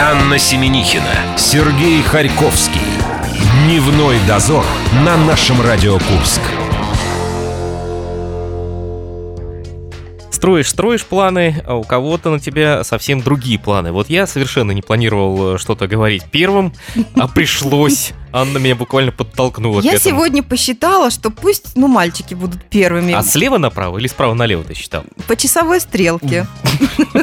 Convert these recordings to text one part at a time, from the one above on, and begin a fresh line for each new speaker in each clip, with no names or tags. Анна Семенихина, Сергей Харьковский. Дневной дозор на нашем Радио Курск.
строишь, строишь планы, а у кого-то на тебя совсем другие планы. Вот я совершенно не планировал э, что-то говорить первым, а пришлось. Анна меня буквально подтолкнула к
Я
этому.
сегодня посчитала, что пусть, ну, мальчики будут первыми.
А слева направо или справа налево ты считал?
По часовой стрелке.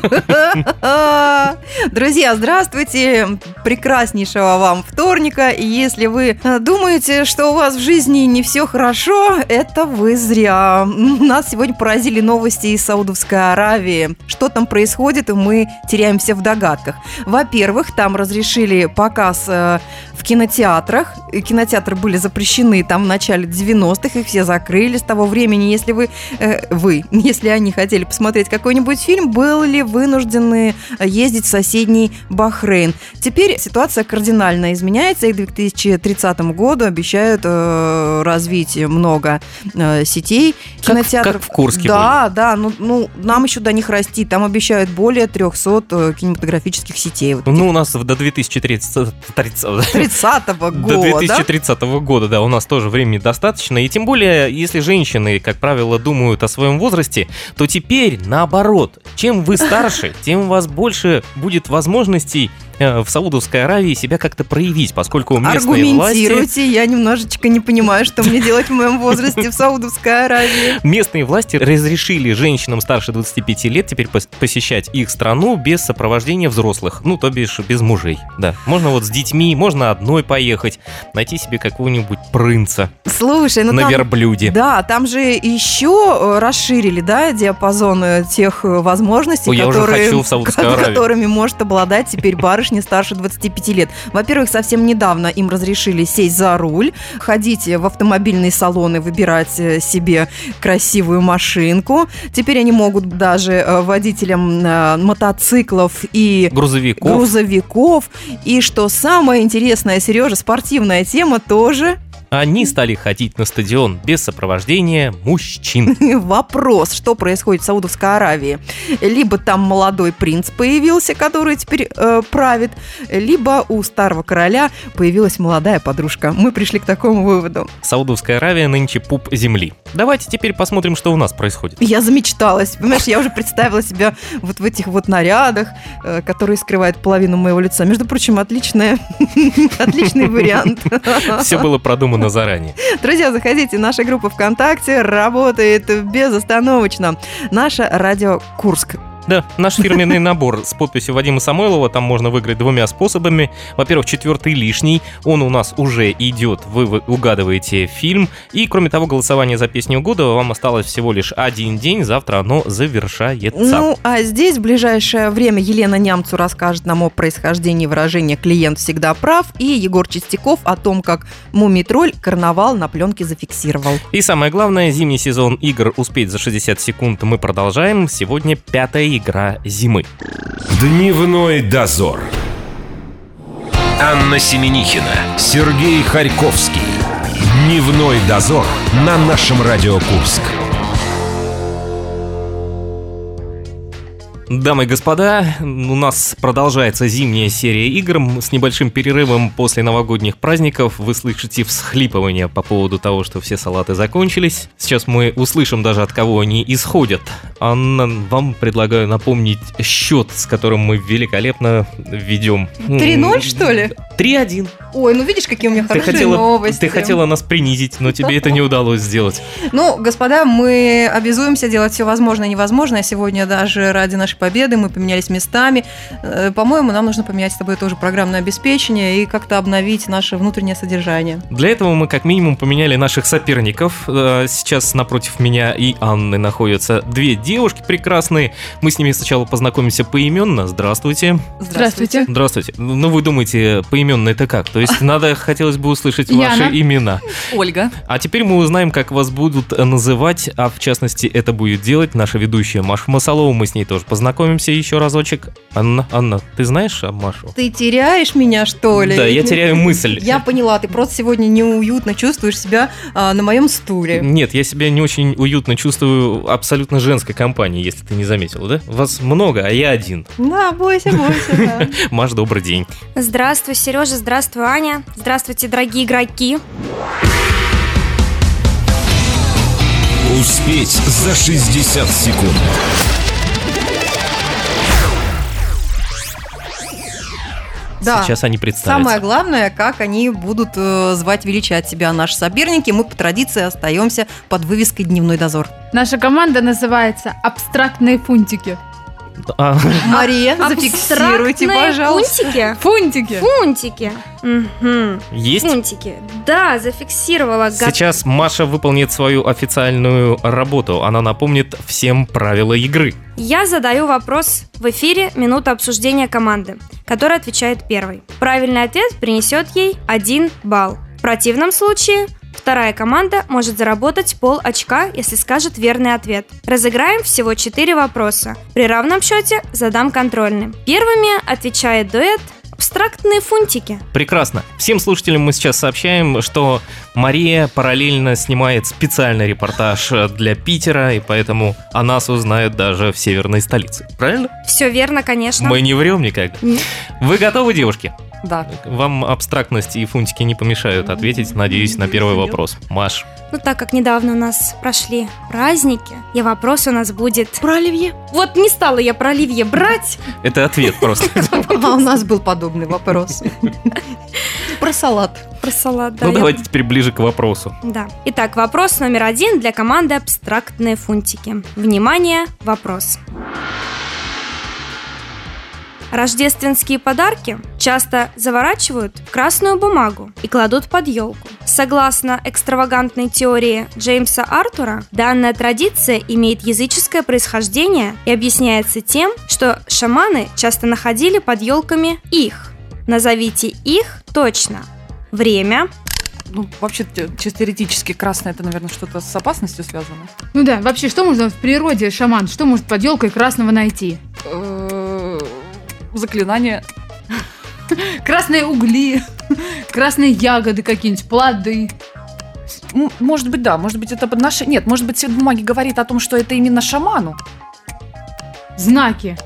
Друзья, здравствуйте! Прекраснейшего вам вторника. И если вы э, думаете, что у вас в жизни не все хорошо, это вы зря. Нас сегодня поразили новости из Саудовской Аравии. Что там происходит, и мы теряемся в догадках. Во-первых, там разрешили показ э, в кинотеатрах. И Кинотеатры были запрещены там в начале 90-х, их все закрыли с того времени. Если вы, э, вы, если они хотели посмотреть какой-нибудь фильм, были вынуждены э, ездить в соседний Бахрейн. Теперь ситуация кардинально изменяется, и к 2030 году обещают э, развить много э, сетей
Как в-
кинотеатров.
как в Курске
Да, да, ну, ну, нам еще до них расти. Там обещают более 300 э, кинематографических сетей. Вот
Ну, у нас в- до 2030... 30
30-го года.
До 2030 года, да, у нас тоже времени достаточно. И тем более, если женщины, как правило, думают о своем возрасте, то теперь наоборот. Чем вы старше, тем у вас больше будет возможностей э, в Саудовской Аравии себя как-то проявить, поскольку местные власти...
Аргументируйте, я немножечко не понимаю, что мне делать в моем возрасте в Саудовской Аравии.
Местные власти разрешили женщинам старше 25 лет теперь пос- посещать их страну без сопровождения взрослых, ну, то бишь без мужей, да. Можно вот с детьми, можно одной поехать, найти себе какого-нибудь принца
Слушай, ну
на
там...
верблюде.
Да, там же еще э, расширили, да, диапазон э, тех э, возможностей,
Ой, я уже
которые,
хочу в Саудовскую
ко-
Аравию.
которыми может обладать теперь барышня старше 25 лет. Во-первых, совсем недавно им разрешили сесть за руль, ходить в автомобильные салоны, выбирать э, себе красивую машинку. Теперь они могут даже э, водителям э, мотоциклов и
Грузовиков.
грузовиков. И что самое интересное, Сережа, спортивная тема тоже
Они стали ходить на стадион без сопровождения мужчин.
вопрос, что происходит в Саудовской Аравии. Либо там молодой принц появился, который теперь э, правит, либо у старого короля появилась молодая подружка. Мы пришли к такому выводу.
Саудовская Аравия нынче пуп земли. Давайте теперь посмотрим, что у нас происходит.
Я замечталась, понимаешь, я уже представила себя вот в этих вот нарядах, э, которые скрывают половину моего лица. Между прочим, отличная, отличный вариант.
Все было продумано заранее.
Друзья, заходите, наша группа ВКонтакте работает безостановочно. Наше радио Курск.
Да, наш фирменный набор с подписью Вадима Самойлова там можно выиграть двумя способами. Во-первых, четвертый лишний, он у нас уже идет, вы вы- угадываете фильм. И, кроме того, голосование за песню года вам осталось всего лишь один день, завтра оно завершается.
Ну, а здесь в ближайшее время Елена Нямцу расскажет нам о происхождении выражения «клиент всегда прав» и Егор Чистяков о том, как Мумий-тролль карнавал на пленке зафиксировал.
И самое главное, зимний сезон игр «Успеть за 60 секунд» мы продолжаем. Сегодня пятая игра зимы.
Дневной дозор. Анна Семенихина, Сергей Харьковский. Дневной дозор на нашем Радио Курск.
Дамы и господа, у нас продолжается зимняя серия игр. С небольшим перерывом после новогодних праздников вы слышите всхлипывание по поводу того, что все салаты закончились. Сейчас мы услышим даже, от кого они исходят. Анна, вам предлагаю напомнить счет, с которым мы великолепно ведем.
3:0, что ли?
3-1.
Ой, ну видишь, какие у меня
Ты
хорошие
хотела,
новости.
ты хотела нас принизить, но тебе это не удалось сделать.
Ну, господа, мы обязуемся делать все возможное и невозможное. Сегодня даже ради нашей победы мы поменялись местами. Э, По-моему, нам нужно поменять с тобой тоже программное обеспечение и как-то обновить наше внутреннее содержание.
Для этого мы как минимум поменяли наших соперников. Э, Сейчас напротив меня и Анны находятся две девушки прекрасные. Мы с ними сначала познакомимся поименно. Здравствуйте.
Здравствуйте.
Здравствуйте. Ну, вы думаете, поименно это как? То есть надо, хотелось бы услышать ваши
Яна.
имена.
Ольга.
А теперь мы узнаем, как вас будут э, называть, а в частности это будет делать наша ведущая Маша Масалова. Мы с ней тоже познакомимся еще разочек. Анна, Анна, ты знаешь а, Машу?
Ты теряешь меня, что ли?
Да, я теряю мысль.
Я поняла, ты просто сегодня неуютно чувствуешь себя а, на моем стуле.
Нет, я себя не очень уютно чувствую абсолютно женской компании, если ты не заметил, да? Вас много, а я один.
Да, бойся, бойся, да.
Маш, добрый день.
Здравствуй, Сережа, здравствуй, Аня. Здравствуйте, дорогие игроки.
Успеть за 60 секунд.
Да.
Сейчас они представятся.
Самое главное, как они будут э, звать величать себя наши соперники. Мы по традиции остаемся под вывеской «Дневной дозор».
Наша команда называется «Абстрактные фунтики».
А,
Мария, зафиксируйте,
Абстрактные
пожалуйста.
Фунтики!
Фунтики? Фунтики. Мгм.
есть?
Фунтики. Да, зафиксировала. Го-
Сейчас Маша выполнит свою официальную работу. Она напомнит всем правила игры.
Я задаю вопрос в эфире «Минута обсуждения команды», которая отвечает первой. Правильный ответ принесет ей один балл. В противном случае вторая команда может заработать пол очка, если скажет верный ответ. Разыграем всего 4 вопроса. При равном счете задам контрольный. Первыми отвечает дуэт «Абстрактные фунтики».
Прекрасно. Всем слушателям мы сейчас сообщаем, что Мария параллельно снимает специальный репортаж э, для Питера, и поэтому о нас узнают даже в северной столице. Правильно?
Все верно, конечно.
Мы не врем никогда.
Нет.
Вы готовы, девушки?
Да.
Вам абстрактности и фунтики не помешают ответить, надеюсь, на первый вопрос. Маш,
Ну, так как недавно у нас прошли праздники, и вопрос у нас будет... Про оливье. Вот не стала я про оливье брать.
это ответ просто.
А у нас был подобный вопрос. Про салат.
Про салат, да.
Ну,
я-
давайте теперь ближе к вопросу.
Да. Итак, вопрос номер один для команды «Абстрактные фунтики». Внимание, вопрос. Рождественские подарки часто заворачивают в красную бумагу и кладут под елку. Согласно экстравагантной теории Джеймса Артура, данная традиция имеет языческое происхождение и объясняется тем, что шаманы часто находили под елками их. Назовите их точно. Время
Ну, вообще, те- чисто теоретически красное, это, наверное, что-то с опасностью связано.
Ну да, вообще, что можно в природе, шаман, что может под елкой красного найти?
Э, Заклинание.
Красные угли, красные ягоды какие-нибудь, плоды.
М, Может быть, да, может быть, это подношение. Нет, может быть, цвет бумаги говорит о том, что это именно шаману.
Знаки.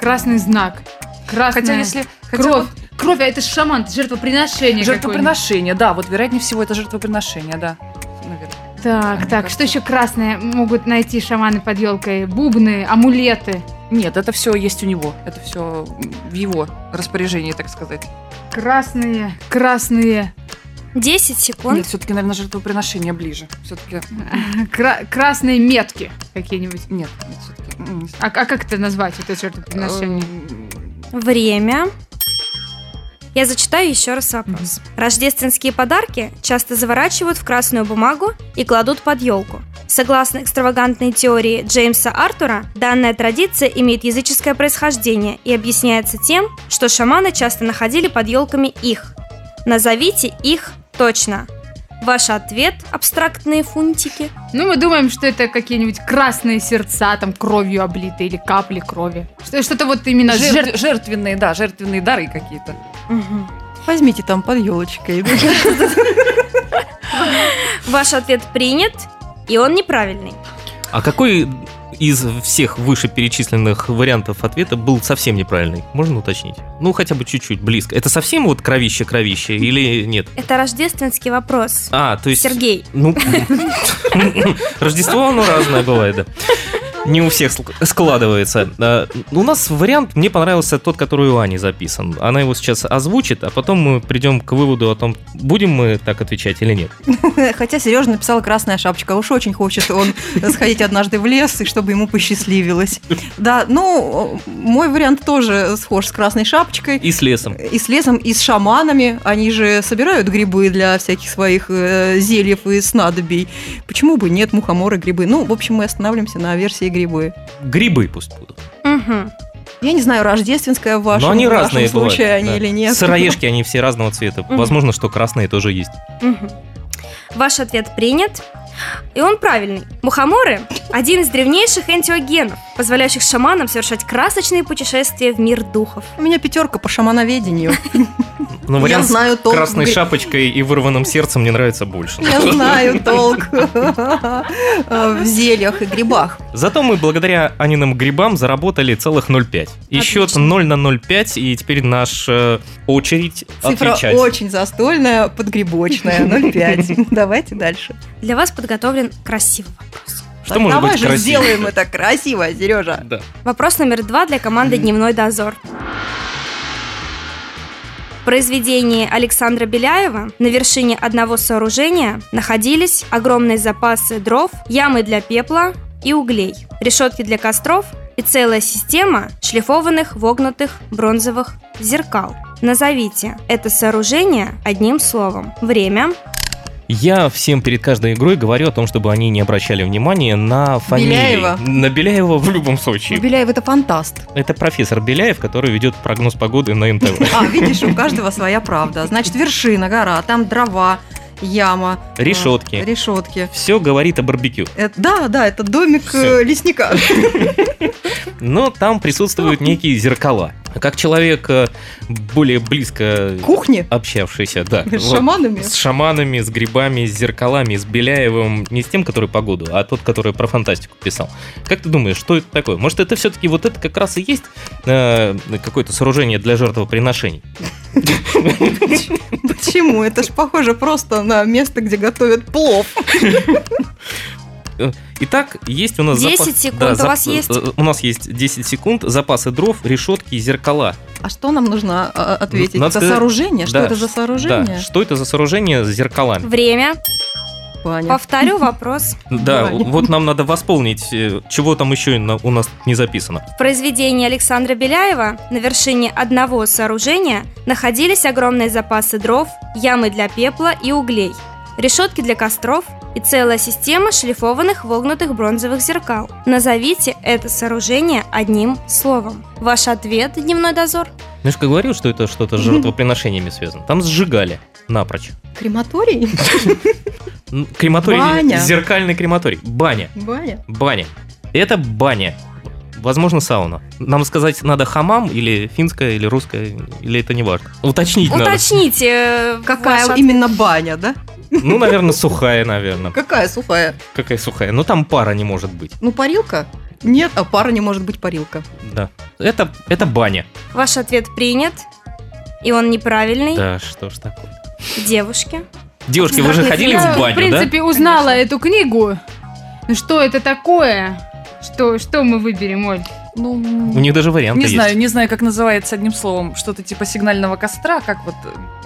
Красный знак. Красная
Хотя, если... хотя
кровь.
вот
Кровь, а это ж шаман, это жертвоприношение
Жертвоприношение, да, вот вероятнее всего это жертвоприношение, да. Наверное.
какое-нибудь. Так, так, что еще красное могут найти шаманы под елкой? Бубны, амулеты.
Нет, это все есть у него, это все в его распоряжении, так сказать.
Красные, красные,
10 секунд.
Нет, все-таки, наверное, жертвоприношение ближе. Все-таки
кра- красные метки какие-нибудь.
нет, нет, все-таки. м, не знаю.
А, а как это назвать, это
Эм.
жертвоприношение?
Время. Я зачитаю еще раз вопрос. Рождественские подарки часто заворачивают в красную бумагу и кладут под елку. Согласно экстравагантной теории Джеймса Артура, данная традиция имеет языческое происхождение и объясняется тем, что шаманы часто находили под елками их. Назовите их точно. Ваш ответ – абстрактные фунтики.
Ну, мы думаем, что это какие-нибудь красные сердца, там, кровью облитые или капли крови. Что- Что-то вот именно
э, Жертв-
жертв...
Жертвенные, да, жертвенные дары какие-то.
Возьмите там под елочкой.
Ваш ответ принят, и он неправильный.
А какой из всех вышеперечисленных вариантов ответа был совсем неправильный? Можно уточнить? Ну, хотя бы чуть-чуть, близко. Это совсем вот кровище-кровище или нет?
Это рождественский вопрос.
А, то есть...
Сергей,
Ну, Рождество, оно разное бывает, да. Не у всех ск- складывается. Э, У нас вариант, мне понравился тот, который у Ани записан. Она его сейчас озвучит, а потом мы придем к выводу о том, будем мы так отвечать или нет.
Хотя Сережа написал «Красная шапочка». А Уж очень хочет он сходить однажды в лес, и чтобы ему посчастливилось. Да, ну, мой вариант тоже схож с «Красной шапочкой».
И с лесом.
И с лесом, и с шаманами. Они же собирают грибы для всяких своих э, зельев и снадобий. Почему бы нет мухоморы, грибы? Ну, в общем, мы останавливаемся на версии грибы.
Грибы пусть будут.
Мгм.
Я не знаю, рождественская в вашем,
Но они
в вашем
разные бывают.
случае они
да.
или нет.
Сыроежки, они все разного цвета.
Мгм.
Возможно, что красные тоже есть.
Мгм. Ваш ответ принят. И он правильный. Мухоморы – один из древнейших антиогенов, позволяющих шаманам совершать красочные путешествия в мир духов.
У меня пятерка по шамановедению.
Но
Я
вариант с
знаю толк. в
красной
гри-
шапочкой и вырванным сердцем мне нравится больше.
Я знаю толк в зельях и грибах.
Зато мы благодаря Аниным грибам заработали целых 0,5. И счет 0 на 0,5, и теперь наша очередь
Цифра
отвечать.
очень застольная, подгрибочная, 0,5. Давайте дальше.
Для вас подготовлен красивый вопрос.
Что
Так
может
давай
быть
же
красивее?
сделаем это красиво, Сережа.
Да.
Вопрос номер два для команды «Дневной дозор». Произведение Александра Беляева на вершине одного сооружения находились огромные запасы дров, ямы для пепла и углей, решетки для костров и целая система шлифованных вогнутых бронзовых зеркал. Назовите это сооружение одним словом. Время.
Я всем перед каждой игрой говорю о том, чтобы они не обращали внимания на фамилии.
Беляева.
На Беляева в любом случае.
Беляев это фантаст.
Это профессор Беляев, который ведет прогноз погоды на НТВ.
А, видишь, у каждого своя правда. Значит, вершина, гора, а там дрова, яма.
Решетки.
э, Решетки.
Все говорит о барбекю.
Э, Да, да, это домик
Всё.
э, лесника.
Но там присутствуют некие зеркала. Как человек э, более близко
Кухни
общавшийся, да.
с
вот,
шаманами.
С шаманами, с грибами, с зеркалами, с Беляевым. Не с тем, который погоду, а тот, который про фантастику писал. Как ты думаешь, что это такое? Может, это все-таки вот это как раз и есть э, какое-то сооружение для жертвоприношений?
Почему? Это ж похоже просто на место, где готовят плов.
Итак, есть у нас
10
запас-
секунд
да,
у
зап-
вас есть?
э, У нас есть 10 секунд, запасы дров, решетки и зеркала.
А что нам нужно э, ответить?
Надо
это
сказать-
сооружение? Что
да,
это за
Да,
сооружение?
что это за сооружение с зеркалами?
Время.
Ваня.
Повторю вопрос.
Да,
Давай.
вот нам надо восполнить, э, чего там еще на- у нас не записано.
В произведении Александра Беляева на вершине одного сооружения находились огромные запасы дров, ямы для пепла и углей, решетки для костров и целая система шлифованных вогнутых бронзовых зеркал. Назовите это сооружение одним словом. Ваш ответ, дневной дозор?
Мишка говорил, что это что-то с жертвоприношениями связано. Там сжигали напрочь.
Крематорий?
М, Крематорий,
Баня.
зеркальный крематорий. Баня,
Ваня?
баня. Это баня. Возможно, сауна. Нам сказать надо хамам или финская, или русская, или это не важно. Уточнить надо.
Уточните, э, ваш
Какая
ответ.
именно баня, да?
Ну, наверное, сухая, наверное.
Какая сухая?
Какая сухая? Ну, там пара не может быть.
Ну, парилка? Нет, а пара не может быть парилка.
Да. Это, это баня.
Ваш ответ принят, и он неправильный.
Да, что ж такое.
Девушки.
Девушки, вы же ходили
Я,
в баню,
в принципе, узнала эту книгу. Ну, Что это такое? Что, что мы выберем, Оль?
Ну,
да? У них даже варианты
не
есть.
знаю, не знаю, как называется одним словом. Что-то типа сигнального костра, как вот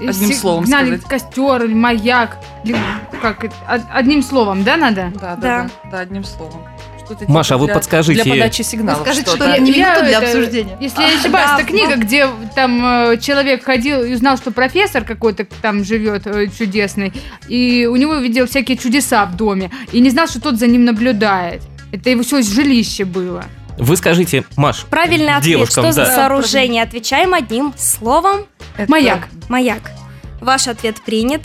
э, одним словом
Сигнали,
сказать.
костер, или маяк. или Как, это? Од- одним словом, да, надо?
Да, да,
Да.
да, да, одним словом. Что-то типа
Маша, а вы
для-
подскажите-
Для подачи сигналов.
Скажите, что
что-то.
я не
Я
минуту для
это-
обсуждения.
Если я не
Ах,
ошибаюсь,
да,
это книга,
ну.
где там э, человек ходил и узнал, что профессор какой-то там живет э, чудесный, и у него видел всякие чудеса в доме, и не знал, что тот за ним наблюдает. Это его все жилище было.
Вы скажите, Маш,
Правильный ответ.
девушкам,
Что за
да.
сооружение? Отвечаем одним словом.
Это-
Маяк.
Маяк, ваш ответ принят.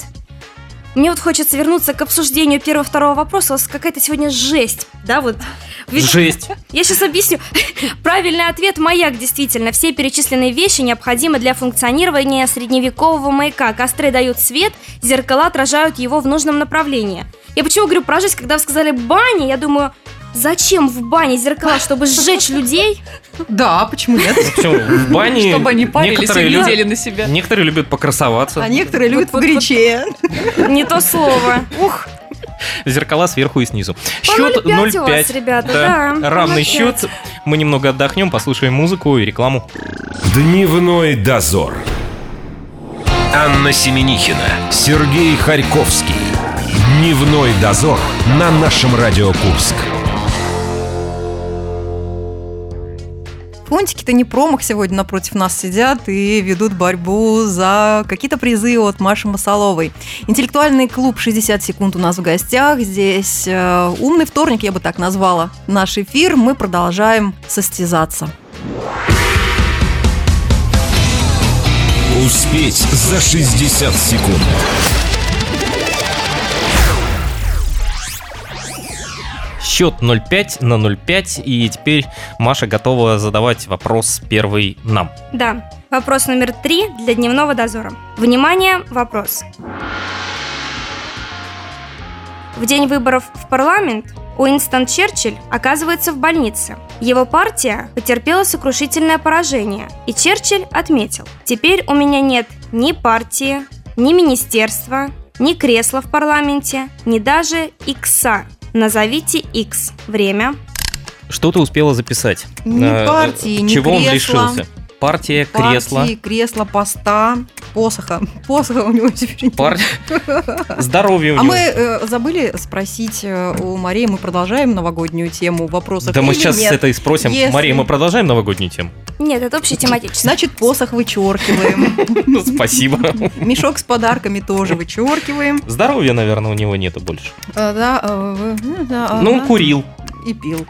Мне вот хочется вернуться к обсуждению первого-второго вопроса. У вас какая-то сегодня жесть, да, вот? Ведь-
Жесть.
Я сейчас объясню. Правильный ответ – маяк, действительно. Все перечисленные вещи необходимы для функционирования средневекового маяка. Костры дают свет, зеркала отражают его в нужном направлении. Я почему говорю про жесть, когда вы сказали «баня», я думаю, зачем в бане зеркала, чтобы сжечь людей?
Да, почему нет?
Почему? В бане
Чтобы они парились и
некоторые, люди,
глядели на себя.
некоторые любят покрасоваться.
А некоторые любят погорячее.
Не то слово. Ух,
Зеркала сверху и снизу.
По
Счет
0,5 у вас,
0,5.
ребята,
Да.
да.
Равный
0,5.
счет. Мы немного отдохнем, послушаем музыку и рекламу.
Дневной дозор. Анна Семенихина, Сергей Харьковский. Дневной дозор на нашем Радио Курск.
Фунтики-то не промах сегодня напротив нас сидят и ведут борьбу за какие-то призы от Маши Масоловой. Интеллектуальный клуб «60 секунд» у нас в гостях. Здесь э, «Умный вторник», я бы так назвала, наш эфир. Мы продолжаем состязаться.
Успеть за 60 секунд.
Счет 0-5 на 05, и теперь Маша готова задавать вопрос первый нам.
Да. Вопрос номер три для дневного дозора. Внимание, вопрос. В день выборов в парламент Уинстон Черчилль оказывается в больнице. Его партия потерпела сокрушительное поражение, и Черчилль отметил, теперь у меня нет ни партии, ни министерства, ни кресла в парламенте, ни даже икса. Назовите икс. Время.
Что ты успела записать?
Ни
Э,
партии, ни
Чего он
кресла.
лишился? Партия, кресло.
Партии, кресло, поста, посоха. Посоха у него теперь нет.
Пар- Здоровье у
А
него.
мы э, забыли спросить э, у Марии, мы продолжаем новогоднюю тему вопросов
Да мы
или
сейчас
нет?
это и спросим.
Если-
Мария, мы продолжаем новогоднюю тему?
Нет, это общетематическое.
Значит, посох вычеркиваем.
Спасибо.
Мешок с подарками тоже вычеркиваем.
Здоровья, наверное, у него нету больше.
А, Да, а, вы- ну, да, а,
Ну, он
да.
курил.
И пил.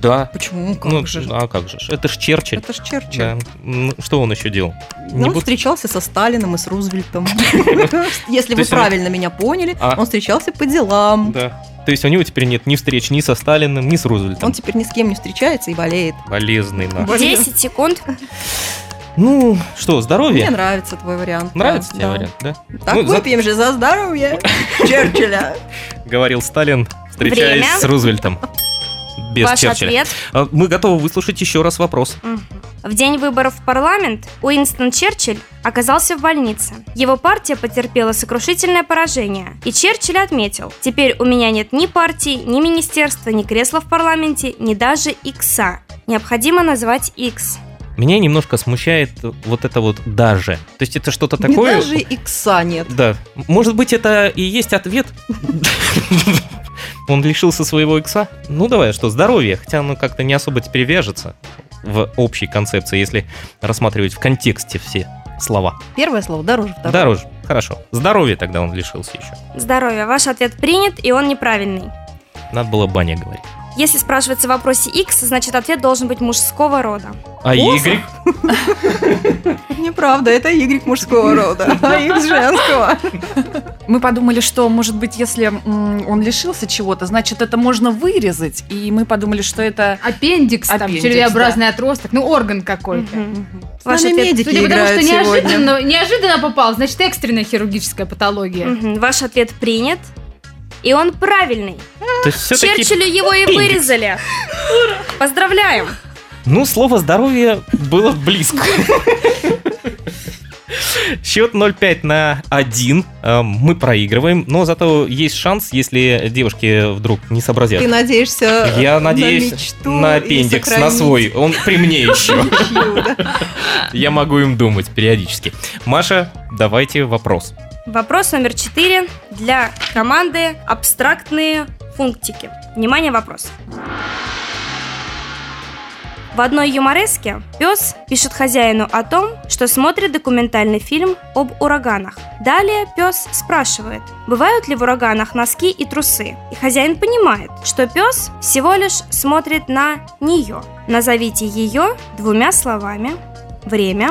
Да.
Почему? Как
Ну,
же?
а как же? ж, Это ж Черчилль.
Это ж Черчилль.
Да. Ну, Что он еще делал?
Ну,
Не
он
буд-
встречался со Сталином и с Рузвельтом. Если
То
вы
есть он-
правильно меня поняли,
А.
он встречался по делам.
Да. То есть у него теперь нет ни встреч ни со Сталиным, ни с Рузвельтом.
Он типа теперь ни с кем не встречается и болеет.
Полезный наш.
Блин.
10 секунд.
Ну, что,
Мне
здоровье?
нравится твой вариант. да,
Нравится тебе
да.
вариант, да?
Так
Ну, за-
выпьем же за здоровье Черчилля.
Говорил Сталин, встречаясь
Время.
с Рузвельтом. Без
Ваш
Черчилля.
ответ.
А, Мы готовы выслушать еще раз вопрос.
Мгм. В день выборов в парламент Уинстон Черчилль оказался в больнице. Его партия потерпела сокрушительное поражение. И Черчилль отметил, теперь у меня нет ни партии, ни министерства, ни кресла в парламенте, ни даже икса. Необходимо назвать икс.
Меня немножко смущает вот это вот даже. То есть это что-то
Ни
такое...
даже икса нет.
Да. Может быть, это и есть ответ? Он лишился своего икса? Ну, давай, что, здоровье. Хотя оно как-то не особо теперь вяжется в общей концепции, если рассматривать в контексте все слова.
Первое слово дороже второго.
Дороже. Хорошо. Здоровье тогда он лишился еще.
Здоровье. Ваш ответ принят, и он неправильный.
Надо было баня говорить.
Если спрашивается в вопросе икс, значит ответ должен быть мужского рода.
А Игорь?
Неправда, это Y мужского рода, а X женского.
Мы подумали, что, может быть, если м, он лишился чего-то, значит, это можно вырезать. И мы подумали, что это...
Аппендикс, там,
Аппендикс,
червеобразный отросток, ну, орган какой-то.
Мгм.
С
Ваш
нами
ответ-
медики
Судя по тому, что
играют сегодня.
неожиданно, неожиданно попал, значит, экстренная хирургическая патология.
Мгм. Ваш ответ принят, и он правильный.
То есть все-таки...
Черчиллю его и
Индекс.
вырезали. Поздравляем.
Ну, слово здоровье было близко. Счет 0-5 на 1. Э, Мы проигрываем, но зато есть шанс, если девушки вдруг не сообразят.
Ты надеешься
Я
э, на
надеюсь
мечту
на
и
аппендикс, на
сохранить
свой. Он при мне еще.
ничью, да?
Я могу им думать периодически. Маша, давайте вопрос.
Вопрос номер 4 для команды «Абстрактные функтики». Внимание, вопрос. В одной юмореске пес пишет хозяину о том, что смотрит документальный фильм об ураганах. Далее пес спрашивает, бывают ли в ураганах носки и трусы. И хозяин понимает, что пес всего лишь смотрит на нее. Назовите ее двумя словами. Время.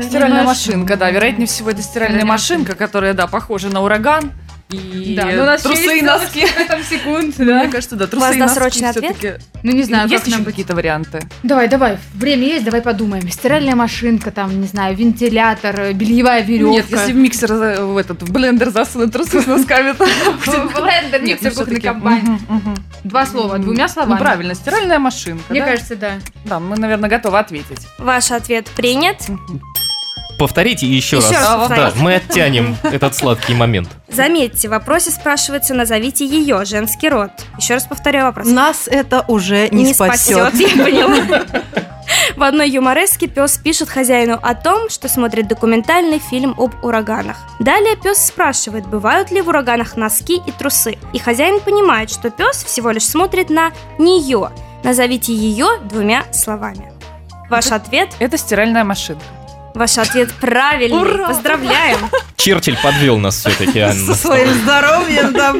Стиральная машинка, да. Вероятнее всего, это стиральная
Стиральная
машинка, которая, да, похожа на ураган. И
Да, ну, у нас
трусы и носки.
Там секунд,
Мне
да.
кажется, да,
У вас
трусы и носки
досрочный ответ?
всё-таки.
Ну, не знаю,
Есть
как нам
еще
быть.
какие-то варианты?
Давай, давай, время есть, давай подумаем. Стиральная машинка, там, не знаю, вентилятор, э, бельевая веревка.
Нет, если в миксер, за- в этот, в блендер засунуть трусы с носками, то...
Блендер,
Нет, ну,
миксер, кухонный
всё-таки,
комбайн.
мгм, мгм.
Два слова,
Мгм.
двумя
Ну,
словами.
правильно, стиральная машинка,
Мне
да?
кажется, да.
Да, мы, наверное, готовы ответить.
Ваш ответ принят.
Повторите еще
Еще раз
раз. Да,
повторите.
мы оттянем этот сладкий момент.
Заметьте, в вопросе спрашивается «назовите ее женский род». Еще раз повторяю вопрос.
Нас это уже Ну, не спасет.
я поняла. В одной юмореске пес пишет хозяину о том, что смотрит документальный фильм об ураганах. Далее пес спрашивает, бывают ли в ураганах носки и трусы. И хозяин понимает, что пес всего лишь смотрит на нее. Назовите ее двумя словами. Ваш ответ
Это стиральная машинка.
Ваш ответ правильный.
Ура!
Поздравляем.
Черчилль подвел нас все-таки,
Со своим здоровьем, да.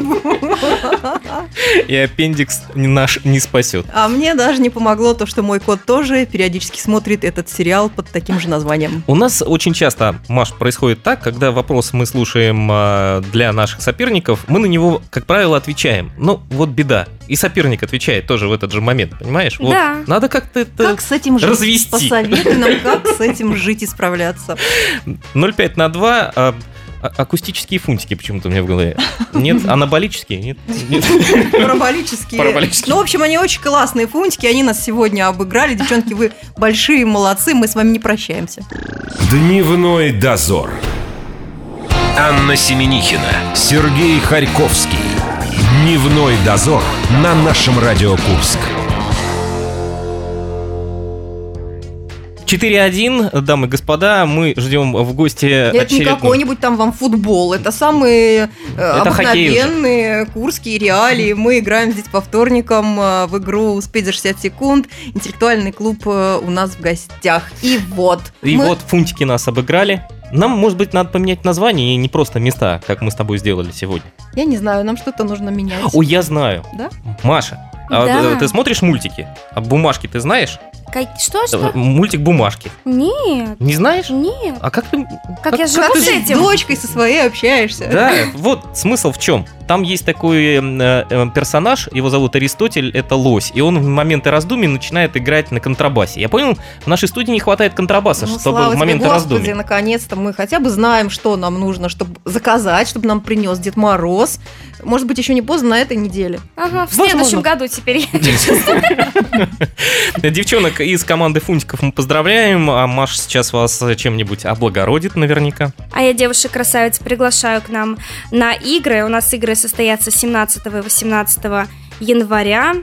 И аппендикс наш не спасет.
А мне даже не помогло то, что мой кот тоже периодически смотрит этот сериал под таким же названием.
У нас очень часто, Маш, происходит так, когда вопрос мы слушаем э, для наших соперников, мы на него, как правило, отвечаем. Ну, вот беда. И соперник отвечает тоже в этот же момент, понимаешь? Вот.
Да.
Надо как-то это...
Как с этим жить?
развести.
Посоветуй нам, как с этим жить и справляться.
0,5 на 2, а, а- акустические фунтики почему-то у меня в голове. Нет, анаболические? Нет. Нет.
Параболические.
Параболические.
Ну, в общем, они очень классные фунтики, они нас сегодня обыграли. Девчонки, вы большие молодцы, мы с вами не прощаемся.
Дневной дозор. Анна Семенихина, Сергей Харьковский. Дневной дозор на нашем Радио Курск.
4-1, дамы и господа, мы ждем в гости
Это не
очередную...
какой-нибудь там вам футбол, это самые э,
хоккей уже.
обыкновенные курские реалии. Мы играем здесь по вторникам э, в игру «Успеть за 60 секунд». Интеллектуальный клуб э, у нас в гостях. И вот.
И
мы-
вот фунтики нас обыграли. Нам, может быть, надо поменять название и не просто места, как мы с тобой сделали сегодня.
Я не знаю, нам что-то нужно менять.
О, я знаю.
Да?
Маша, а
Да.
э, ты смотришь мультики? А бумажки ты знаешь?
Как- Что,
Э,
что?
Мультик бумажки.
Нет.
Не знаешь?
Нет.
А как ты...
Как я живу
Как ты
с
с
этим?
дочкой со своей общаешься?
Да, вот смысл в чем. Там есть такой э, э, персонаж, его зовут Аристотель, это лось, и он в моменты раздумий начинает играть на контрабасе. Я понял, в нашей студии не хватает контрабаса,
Ну,
чтобы
слава
в
тебе,
моменты
Господи,
раздумий.
наконец-то мы хотя бы знаем, что нам нужно, чтобы заказать, чтобы нам принес Дед Мороз. Может быть, еще не поздно на этой неделе.
Ага, в
Возможно.
следующем году теперь.
Э, Девчонок из команды Фунтиков мы поздравляем, а Маша сейчас вас э, чем-нибудь облагородит наверняка.
А я девушек-красавиц приглашаю к нам на игры. У нас игры состоятся 17 и 18 января.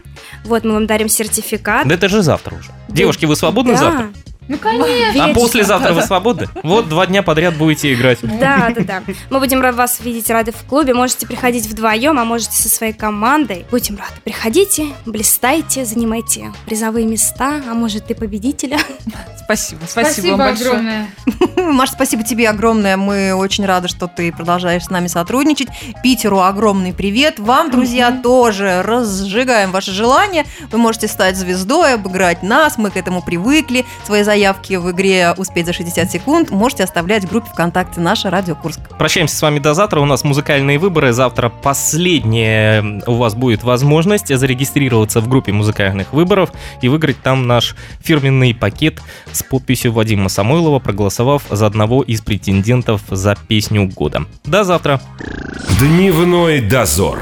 Вот мы вам дарим сертификат.
Да это же завтра уже. Девушки, вы свободны
А Да.
завтра?
Ну, конечно.
А
Вечером.
послезавтра вы свободны? Вот два дня подряд будете играть.
Да, да, да. Мы будем рад вас видеть рады в клубе. Можете приходить вдвоем, а можете со своей командой. Будем рады. Приходите, блистайте, занимайте призовые места, а может и победителя.
Спасибо.
Спасибо,
Спасибо вам большое.
огромное.
Маш, Хм, спасибо тебе огромное. Мы очень рады, что ты продолжаешь с нами сотрудничать. Питеру огромный привет. Вам, друзья, тоже разжигаем ваши желания. Вы можете стать звездой, обыграть нас. Мы к этому привыкли. Свои заявки в игре «Успеть за 60 секунд» можете оставлять в группе ВКонтакте «Наша Радио Курск».
Прощаемся с вами до завтра. У нас музыкальные выборы. Завтра последняя м, у вас будет возможность зарегистрироваться в группе музыкальных выборов и выиграть там наш фирменный пакет с подписью Вадима Самойлова, проголосовав за одного из претендентов за песню года. До завтра!
Дневной дозор.